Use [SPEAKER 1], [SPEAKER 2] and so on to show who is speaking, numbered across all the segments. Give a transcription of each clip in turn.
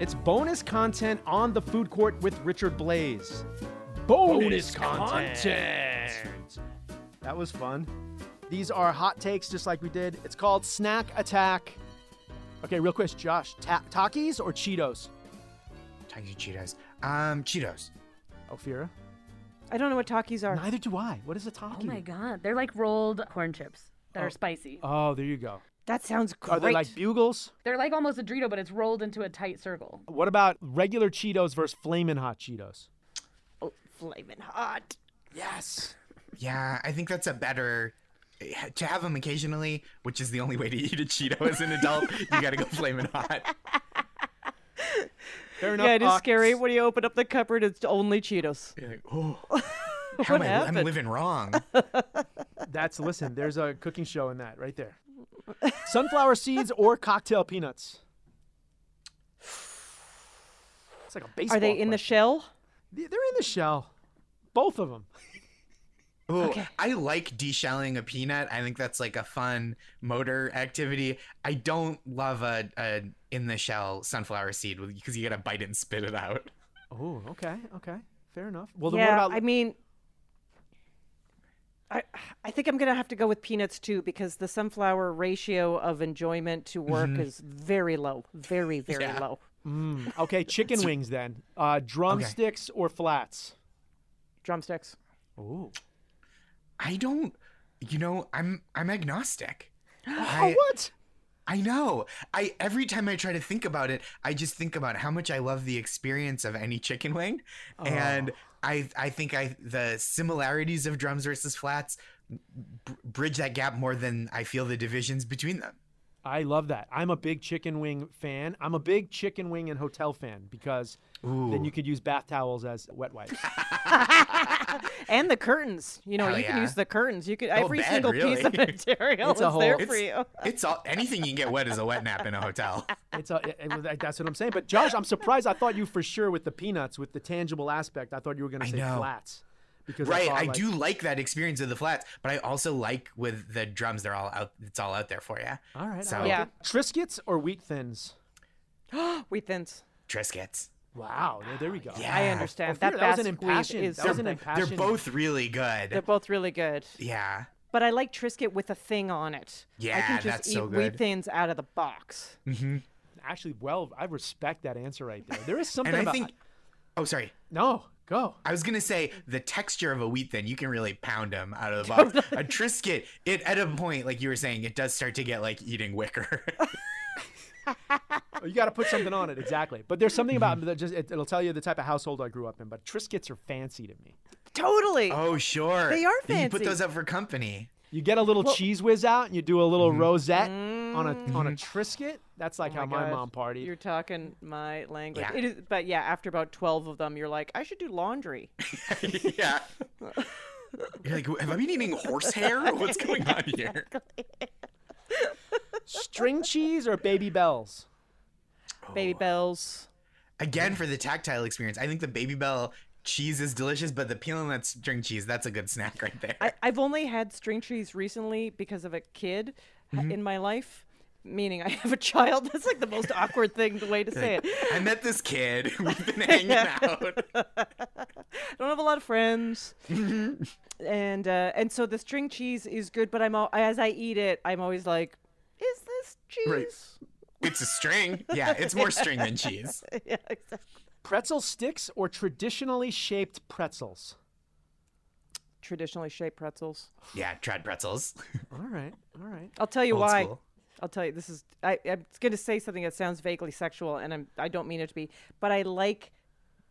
[SPEAKER 1] It's bonus content on the food court with Richard Blaze. Bonus, bonus content. content. That was fun. These are hot takes, just like we did. It's called Snack Attack. Okay, real quick, Josh, ta- Takis or Cheetos?
[SPEAKER 2] Takis Cheetos. Um, Cheetos.
[SPEAKER 1] Ophira?
[SPEAKER 3] I don't know what Takis are.
[SPEAKER 1] Neither do I. What is a Taki?
[SPEAKER 4] Oh my god, they're like rolled corn chips that
[SPEAKER 1] Oh.
[SPEAKER 4] are spicy.
[SPEAKER 1] Oh, there you go.
[SPEAKER 3] That sounds great.
[SPEAKER 1] Are they like bugles?
[SPEAKER 4] They're like almost a Dorito, but it's rolled into a tight circle.
[SPEAKER 1] What about regular Cheetos versus flamin' hot Cheetos?
[SPEAKER 3] oh, flaming hot?
[SPEAKER 1] Yes.
[SPEAKER 2] Yeah, I think that's a better eh, to have them occasionally, which is the only way to eat a Cheeto as an adult. you gotta go flaming hot.
[SPEAKER 1] Fair enough.
[SPEAKER 3] Yeah, it is
[SPEAKER 1] Ox.
[SPEAKER 3] scary when you open up the cupboard. It's only Cheetos.
[SPEAKER 2] You're like, oh, how am I, I'm
[SPEAKER 3] happened?
[SPEAKER 2] living wrong.
[SPEAKER 1] That's listen. There's a cooking show in that right there. Sunflower seeds or cocktail peanuts. It's like a baseball.
[SPEAKER 3] Are they in the
[SPEAKER 1] question.
[SPEAKER 3] shell?
[SPEAKER 1] They- They're in the shell. Both of them.
[SPEAKER 2] Ooh, I like deshelling a peanut. I think that's like a fun motor activity. I don't love a, a in the shell sunflower seed because you gotta bite it and spit it out.
[SPEAKER 1] Oh, okay, okay, fair enough. Well, then
[SPEAKER 3] yeah,
[SPEAKER 1] what about?
[SPEAKER 3] I mean, I I think I'm gonna have to go with peanuts too because the sunflower ratio of enjoyment to work is very low, very very
[SPEAKER 2] Yeah.
[SPEAKER 3] low.
[SPEAKER 1] Mm, okay, chicken wings then. Uh, drumsticks or flats?
[SPEAKER 3] Drumsticks.
[SPEAKER 1] Ooh.
[SPEAKER 2] I don't. You know, I'm I'm agnostic.
[SPEAKER 1] Oh,
[SPEAKER 2] I,
[SPEAKER 1] what?
[SPEAKER 2] I know. I every time I try to think about it, I just think about how much I love the experience of any chicken wing, and I I think I the similarities of drums versus flats br- bridge that gap more than I feel the divisions between them.
[SPEAKER 1] I love that. I'm a big chicken wing fan. I'm a big chicken wing and hotel fan because then you could use bath towels as wet wipes.
[SPEAKER 3] And the curtains. You know,
[SPEAKER 2] Hell
[SPEAKER 3] you can
[SPEAKER 2] yeah.
[SPEAKER 3] use the curtains. You could
[SPEAKER 2] whole
[SPEAKER 3] every
[SPEAKER 2] bed,
[SPEAKER 3] single piece of
[SPEAKER 2] really.
[SPEAKER 3] material
[SPEAKER 1] It's
[SPEAKER 3] is
[SPEAKER 1] a whole-
[SPEAKER 3] there
[SPEAKER 2] It's-
[SPEAKER 3] for you.
[SPEAKER 2] It's all anything you can get wet is a wet nap in a hotel.
[SPEAKER 1] It's a, it- it- that- that's what I'm saying. But Josh, I'm surprised. I thought you for sure with the peanuts, with the tangible aspect. I thought you were going
[SPEAKER 2] I
[SPEAKER 1] to say
[SPEAKER 2] know.
[SPEAKER 1] flats because
[SPEAKER 2] Right,
[SPEAKER 1] thought,
[SPEAKER 2] I
[SPEAKER 1] like-
[SPEAKER 2] do like that experience of the flats, but I also like with the drums. They're all out. It's all out there for you.
[SPEAKER 1] All right. I
[SPEAKER 2] So-
[SPEAKER 1] like
[SPEAKER 3] Yeah.
[SPEAKER 1] it. Triscuits or wheat thins?
[SPEAKER 3] Wheat thins.
[SPEAKER 2] Triscuits.
[SPEAKER 1] Wow. there- There we go.
[SPEAKER 2] Yeah.
[SPEAKER 3] I
[SPEAKER 2] Ah,
[SPEAKER 3] understand.
[SPEAKER 1] Ophira,
[SPEAKER 3] that
[SPEAKER 1] that was an
[SPEAKER 3] Basque weed
[SPEAKER 1] impassioned-
[SPEAKER 3] is
[SPEAKER 1] that was an
[SPEAKER 3] something.
[SPEAKER 2] They're
[SPEAKER 1] impassioned-
[SPEAKER 2] both really good.
[SPEAKER 3] They're both really good.
[SPEAKER 2] yeah.
[SPEAKER 3] But I like Triscuit with a thing on it. I
[SPEAKER 2] Yeah,
[SPEAKER 3] can just
[SPEAKER 2] that's
[SPEAKER 3] eat
[SPEAKER 2] so
[SPEAKER 3] wheat
[SPEAKER 2] good.
[SPEAKER 3] thins out of the box.
[SPEAKER 1] Actually, well, I respect that answer right there. There is something
[SPEAKER 2] And I
[SPEAKER 1] about
[SPEAKER 2] think. Oh, sorry.
[SPEAKER 1] no go.
[SPEAKER 2] I was gonna say the texture of a wheat thin, you can really pound them out of the box. a Triscuit, it at a point, like you were saying, it does start to get like eating wicker.
[SPEAKER 1] You got to put something on it exactly. But there's something about that just it, it'll tell you the type of household I grew up in. But Triscuits are fancy to me.
[SPEAKER 3] Totally.
[SPEAKER 2] oh, sure.
[SPEAKER 3] They are
[SPEAKER 2] You can put
[SPEAKER 3] fancy.
[SPEAKER 2] those up for company.
[SPEAKER 1] You get a little cheese whiz out and you do a little rosette. on a on a Trisket. That's like
[SPEAKER 3] Mm-hmm. Oh
[SPEAKER 1] how my
[SPEAKER 3] gosh,
[SPEAKER 1] mom partied.
[SPEAKER 3] You're talking my language.
[SPEAKER 1] Yeah.
[SPEAKER 3] It is, but yeah, after about twelve of them, you're like, I should do laundry.
[SPEAKER 2] yeah. You're like, have I been eating horsehair? What's going on here?
[SPEAKER 1] String cheese or baby bells?
[SPEAKER 2] Oh.
[SPEAKER 3] Baby bells.
[SPEAKER 2] Again for the tactile experience. I think the baby bell cheese is delicious, but the peanut nut string cheese, that's a good snack right there.
[SPEAKER 3] I, I've only had string cheese recently because of a kid h-
[SPEAKER 2] Mm-hmm.
[SPEAKER 3] in my life. Meaning, I have a child. That's like the most awkward thing, the way to say it.
[SPEAKER 2] I met this kid. We've been hanging out.
[SPEAKER 3] I don't have a lot of friends,
[SPEAKER 2] Mm-hmm.
[SPEAKER 3] and uh, and so the string cheese is good. But I'm al- as I eat it, I'm always like, is this cheese?
[SPEAKER 2] Right. It's a string. Yeah, it's more string than cheese.
[SPEAKER 3] yeah, exactly.
[SPEAKER 1] Pretzel sticks or traditionally shaped pretzels?
[SPEAKER 3] Traditionally shaped pretzels.
[SPEAKER 2] Yeah, tried pretzels.
[SPEAKER 1] All right, all right.
[SPEAKER 3] I'll tell you
[SPEAKER 2] Old
[SPEAKER 3] why.
[SPEAKER 2] school.
[SPEAKER 3] I'll tell you. This is I, I'm going to say something that sounds vaguely sexual, and I'm I don't mean it to be, but I like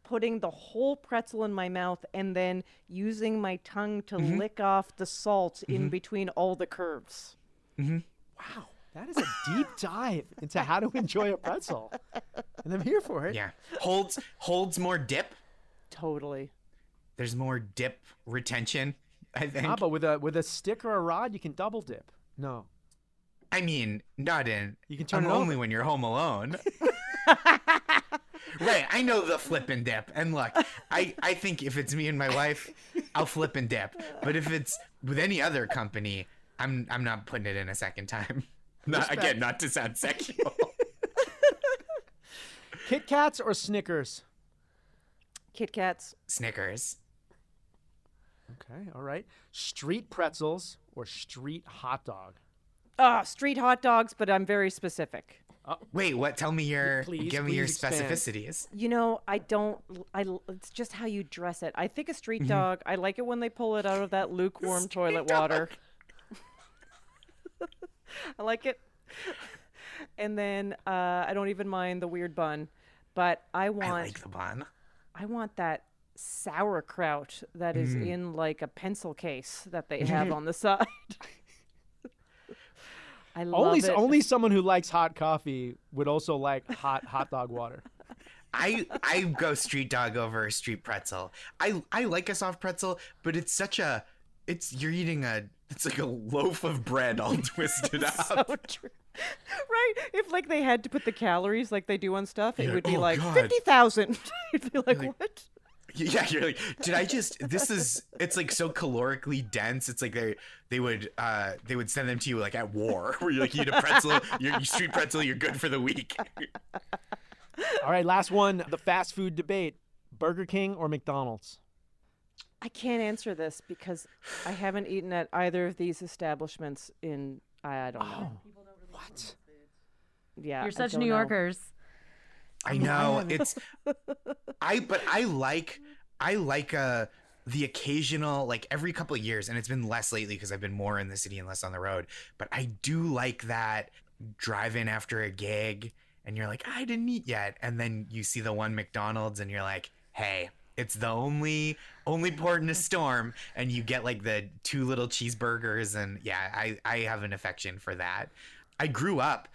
[SPEAKER 3] putting the whole pretzel in my mouth and then using my tongue to
[SPEAKER 2] Mm-hmm.
[SPEAKER 3] lick off the salt in between all the curves.
[SPEAKER 1] Wow, that is a deep dive into how to enjoy a pretzel, and I'm here for it.
[SPEAKER 2] Yeah. Holds holds more dip.
[SPEAKER 3] Totally.
[SPEAKER 2] There's more dip retention, I think.
[SPEAKER 1] Ah, but with a with a stick or a rod, you can double dip. No,
[SPEAKER 2] I mean, not in.
[SPEAKER 1] You can turn
[SPEAKER 2] um,
[SPEAKER 1] it
[SPEAKER 2] only when you're home alone. right, I know the flip and dip. And look, I, I think if it's me and my wife, I'll flip and dip. But if it's with any other company, I'm I'm not putting it in a second time. Not, again, not to sound sexual.
[SPEAKER 1] Kit Kats or Snickers.
[SPEAKER 3] Kit Kats.
[SPEAKER 2] Snickers.
[SPEAKER 1] Okay, all right. Street pretzels or street hot dog.
[SPEAKER 3] Ah, street hot dogs, but I'm very specific.
[SPEAKER 2] Wait, what? Tell me your
[SPEAKER 1] Please,
[SPEAKER 2] give me your
[SPEAKER 1] please expand.
[SPEAKER 2] specificities.
[SPEAKER 3] You know, I don't. l- I l- it's just how you dress it. I think a street dog. I like it when they pull it out of that lukewarm toilet water. I like it. And then uh, I don't even mind the weird bun, but I want
[SPEAKER 2] I like the bun.
[SPEAKER 3] I want that sauerkraut that is in like a pencil case that they have on the side. I love
[SPEAKER 1] Only
[SPEAKER 3] it.
[SPEAKER 1] only someone who likes hot coffee would also like hot hot dog water.
[SPEAKER 2] I I go street dog over a street pretzel. I I like a soft pretzel, but it's such a it's you're eating a it's like a loaf of bread all twisted up.
[SPEAKER 3] so true. Right? If like they had to put the calories like they do on stuff, it
[SPEAKER 2] Yeah.
[SPEAKER 3] would be
[SPEAKER 2] Oh,
[SPEAKER 3] like
[SPEAKER 2] God.
[SPEAKER 3] fifty thousand. You'd be like, what?
[SPEAKER 2] Yeah, you're like, did I just? This is. It's like so calorically dense. It's like they they would uh they would send them to you like at war, where you like you eat a pretzel, you're, you street pretzel, you're good for the week.
[SPEAKER 1] All right, last one, the fast food debate. Burger King or McDonald's?
[SPEAKER 3] I can't answer this because I haven't eaten at either of these establishments in I, I don't know.
[SPEAKER 2] Oh.
[SPEAKER 1] What?
[SPEAKER 3] Yeah, I
[SPEAKER 4] You're such
[SPEAKER 3] don't
[SPEAKER 4] New
[SPEAKER 3] know.
[SPEAKER 4] Yorkers.
[SPEAKER 2] I know it's. I but I like I like uh the occasional like every couple of years, and it's been less lately because I've been more in the city and less on the road. But I do like that drive in after a gig, and you're like, I didn't eat yet, and then you see the one McDonald's, and you're like, hey. It's the only only port in a storm, and you get like the two little cheeseburgers, and yeah, I I have an affection for that. I grew up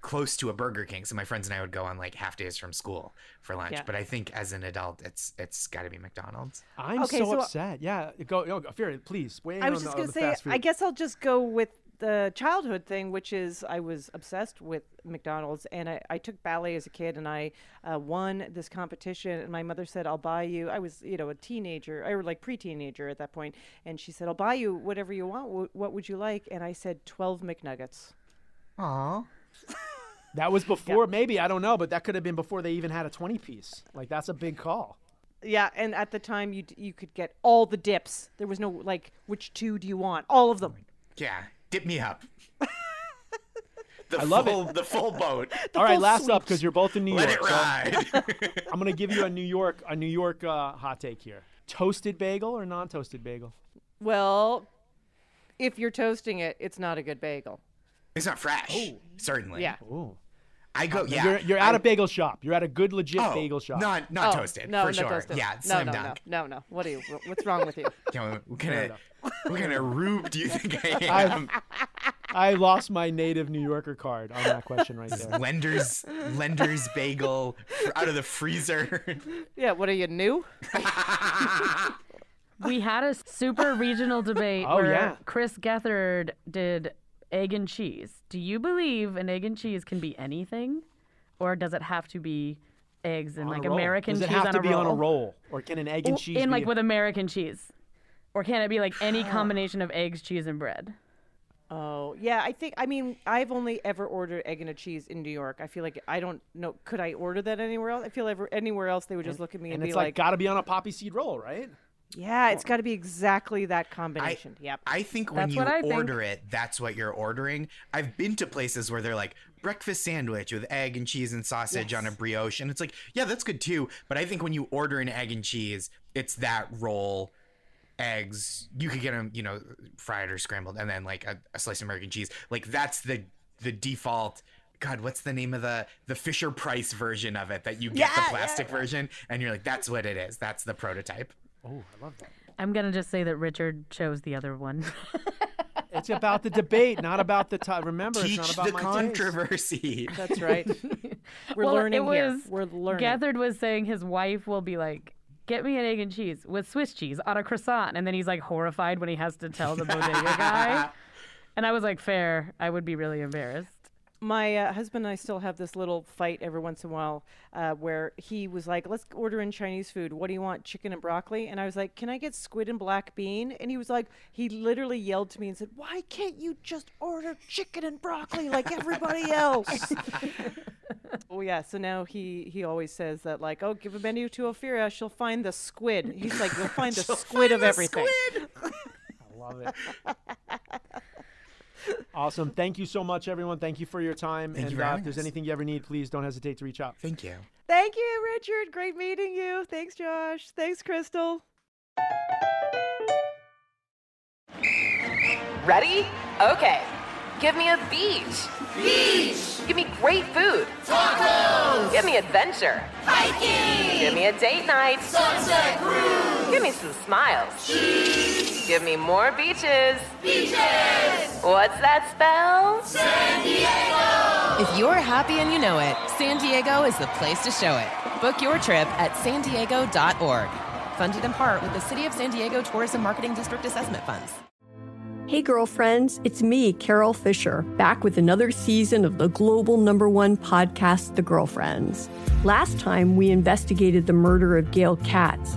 [SPEAKER 2] close to a Burger King, so my friends and I would go on like half days from school for lunch.
[SPEAKER 3] Yeah.
[SPEAKER 2] But I think as an adult, it's it's got to be McDonald's.
[SPEAKER 1] I'm
[SPEAKER 3] Okay,
[SPEAKER 1] so,
[SPEAKER 3] so-
[SPEAKER 1] upset. Yeah, go, go, Fury, please. Wait
[SPEAKER 3] I was
[SPEAKER 1] on
[SPEAKER 3] just
[SPEAKER 1] the,
[SPEAKER 3] gonna
[SPEAKER 1] on the
[SPEAKER 3] say,
[SPEAKER 1] fast food.
[SPEAKER 3] I guess I'll just go with the childhood thing, which is I was obsessed with McDonald's, and I, I took ballet as a kid, and I uh, won this competition. And my mother said, "I'll buy you." I was, you know, a teenager, or like pre-teenager at that point, and she said, "I'll buy you whatever you want. W- what would you like?" And I said, 12 McNuggets."
[SPEAKER 2] Aww.
[SPEAKER 1] That was before, maybe I don't know, but that could have been before they even had a twenty piece. Like that's a big call.
[SPEAKER 3] Yeah, and at the time, you d- you could get all the dips. There was no like, which two do you want? All of them.
[SPEAKER 2] Yeah, dip me up. the I
[SPEAKER 1] love it.
[SPEAKER 2] full, The full boat.
[SPEAKER 1] All right,
[SPEAKER 3] full
[SPEAKER 1] last
[SPEAKER 3] suite.
[SPEAKER 1] up because you're both in New
[SPEAKER 2] Let
[SPEAKER 1] York.
[SPEAKER 2] it
[SPEAKER 1] so
[SPEAKER 2] ride.
[SPEAKER 1] I'm gonna give you a New York a New York uh, hot take here: toasted bagel or non-toasted bagel?
[SPEAKER 3] Well, if you're toasting it, it's not a good bagel.
[SPEAKER 2] it's not fresh. Certainly.
[SPEAKER 3] Yeah.
[SPEAKER 1] Ooh,
[SPEAKER 2] I go. Yeah.
[SPEAKER 1] you're, you're at a bagel shop. You're at a good legit
[SPEAKER 2] oh,
[SPEAKER 1] bagel shop.
[SPEAKER 2] Not not toasted for sure. Yeah.
[SPEAKER 3] no,
[SPEAKER 2] Slam
[SPEAKER 3] no,
[SPEAKER 2] dunk.
[SPEAKER 3] no, no, no. What are you? wh- What's wrong with you?
[SPEAKER 2] Yeah, what kind of what kind of rube do you think I am?
[SPEAKER 1] I, I lost my native New Yorker card on that question right there.
[SPEAKER 2] Lender's Lender's bagel fr- out of the freezer.
[SPEAKER 3] Yeah, what are you new?
[SPEAKER 4] We had a super regional debate
[SPEAKER 1] Oh,
[SPEAKER 4] where
[SPEAKER 1] yeah.
[SPEAKER 4] Chris Gethard did egg and cheese. Do you believe an egg and cheese can be anything, or does it have to be eggs and
[SPEAKER 1] On a
[SPEAKER 4] like
[SPEAKER 1] roll.
[SPEAKER 4] American
[SPEAKER 1] Does it
[SPEAKER 4] cheese
[SPEAKER 1] have
[SPEAKER 4] on,
[SPEAKER 1] to
[SPEAKER 4] a
[SPEAKER 1] be
[SPEAKER 4] roll?
[SPEAKER 1] on a roll, or can an egg and
[SPEAKER 4] Or-
[SPEAKER 1] cheese be
[SPEAKER 4] in like with American cheese, or can it be like any combination of eggs, cheese, and bread?
[SPEAKER 3] Oh, yeah. I think, I mean, I've only ever ordered egg and a cheese in New York. I feel like I don't know. Could I order that anywhere else? I feel ever, anywhere else they would just look at me and,
[SPEAKER 1] and it's
[SPEAKER 3] be
[SPEAKER 1] like,
[SPEAKER 3] like,
[SPEAKER 1] got to be on a poppy seed roll, right?
[SPEAKER 3] yeah, it's got to be exactly that combination. yep.
[SPEAKER 2] I think when
[SPEAKER 4] That's
[SPEAKER 2] you
[SPEAKER 4] what I think.
[SPEAKER 2] order it, that's what you're ordering. I've been to places where they're like breakfast sandwich with egg and cheese and sausage on a brioche, and it's like, yeah, that's good too. But I think when you order an egg and cheese, it's that roll, eggs. You could get them, you know, fried or scrambled, and then like a, a slice of American cheese. Like that's the the default. God, what's the name of the the Fisher Price version of it that you get the plastic version, and you're like, that's what it is. That's the prototype.
[SPEAKER 4] I'm gonna just say that Richard chose the other one.
[SPEAKER 1] It's about the debate, not about the time. Remember, it's not
[SPEAKER 2] Teach
[SPEAKER 1] about
[SPEAKER 2] the
[SPEAKER 1] my taste.
[SPEAKER 2] controversy.
[SPEAKER 3] That's right. We're
[SPEAKER 4] Well, it
[SPEAKER 3] learning here.
[SPEAKER 4] was
[SPEAKER 3] We're learning.
[SPEAKER 4] Gethard was saying his wife will be like, "Get me an egg and cheese with Swiss cheese on a croissant," and then he's like horrified when he has to tell the bodega guy. And I was like, "Fair, I would be really embarrassed."
[SPEAKER 3] my uh, husband and I still have this little fight every once in a while uh, where he was like, let's order in Chinese food. What do you want? Chicken and broccoli? And I was like, can I get squid and black bean? And he was like, he literally yelled to me and said, why can't you just order chicken and broccoli like everybody else? oh, yeah. So now he, he always says that, like, oh, give a menu to Ophira. She'll find the squid. He's like, you'll find the squid of everything.
[SPEAKER 1] I love it. awesome. Thank you so much, everyone. Thank you for your time.
[SPEAKER 2] Thank
[SPEAKER 1] and
[SPEAKER 2] you for
[SPEAKER 1] uh,
[SPEAKER 2] having
[SPEAKER 1] if there's
[SPEAKER 2] us.
[SPEAKER 1] anything you ever need, please don't hesitate to reach out.
[SPEAKER 2] Thank you.
[SPEAKER 3] Thank you, Richard. Great meeting you. Thanks, Josh. Thanks, Crystal.
[SPEAKER 5] Ready? Okay. Give me a beach.
[SPEAKER 6] Beach,
[SPEAKER 5] Give me great food.
[SPEAKER 6] tacos,
[SPEAKER 5] Give me adventure. Give
[SPEAKER 6] hiking,
[SPEAKER 5] me a date night.
[SPEAKER 6] sunset cruise,
[SPEAKER 5] Give me some smiles. Give me more beaches.
[SPEAKER 6] beaches,
[SPEAKER 5] What's that spell?
[SPEAKER 6] San Diego.
[SPEAKER 7] If you're happy and you know it, San Diego is the place to show it. Book your trip at san sandiego.org. Funded in part with the City of San Diego Tourism Marketing District Assessment Funds.
[SPEAKER 8] Hey, girlfriends, it's me, Carol Fisher, back with another season of the global number one podcast, The Girlfriends. Last time, we investigated the murder of Gail Katz.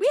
[SPEAKER 9] We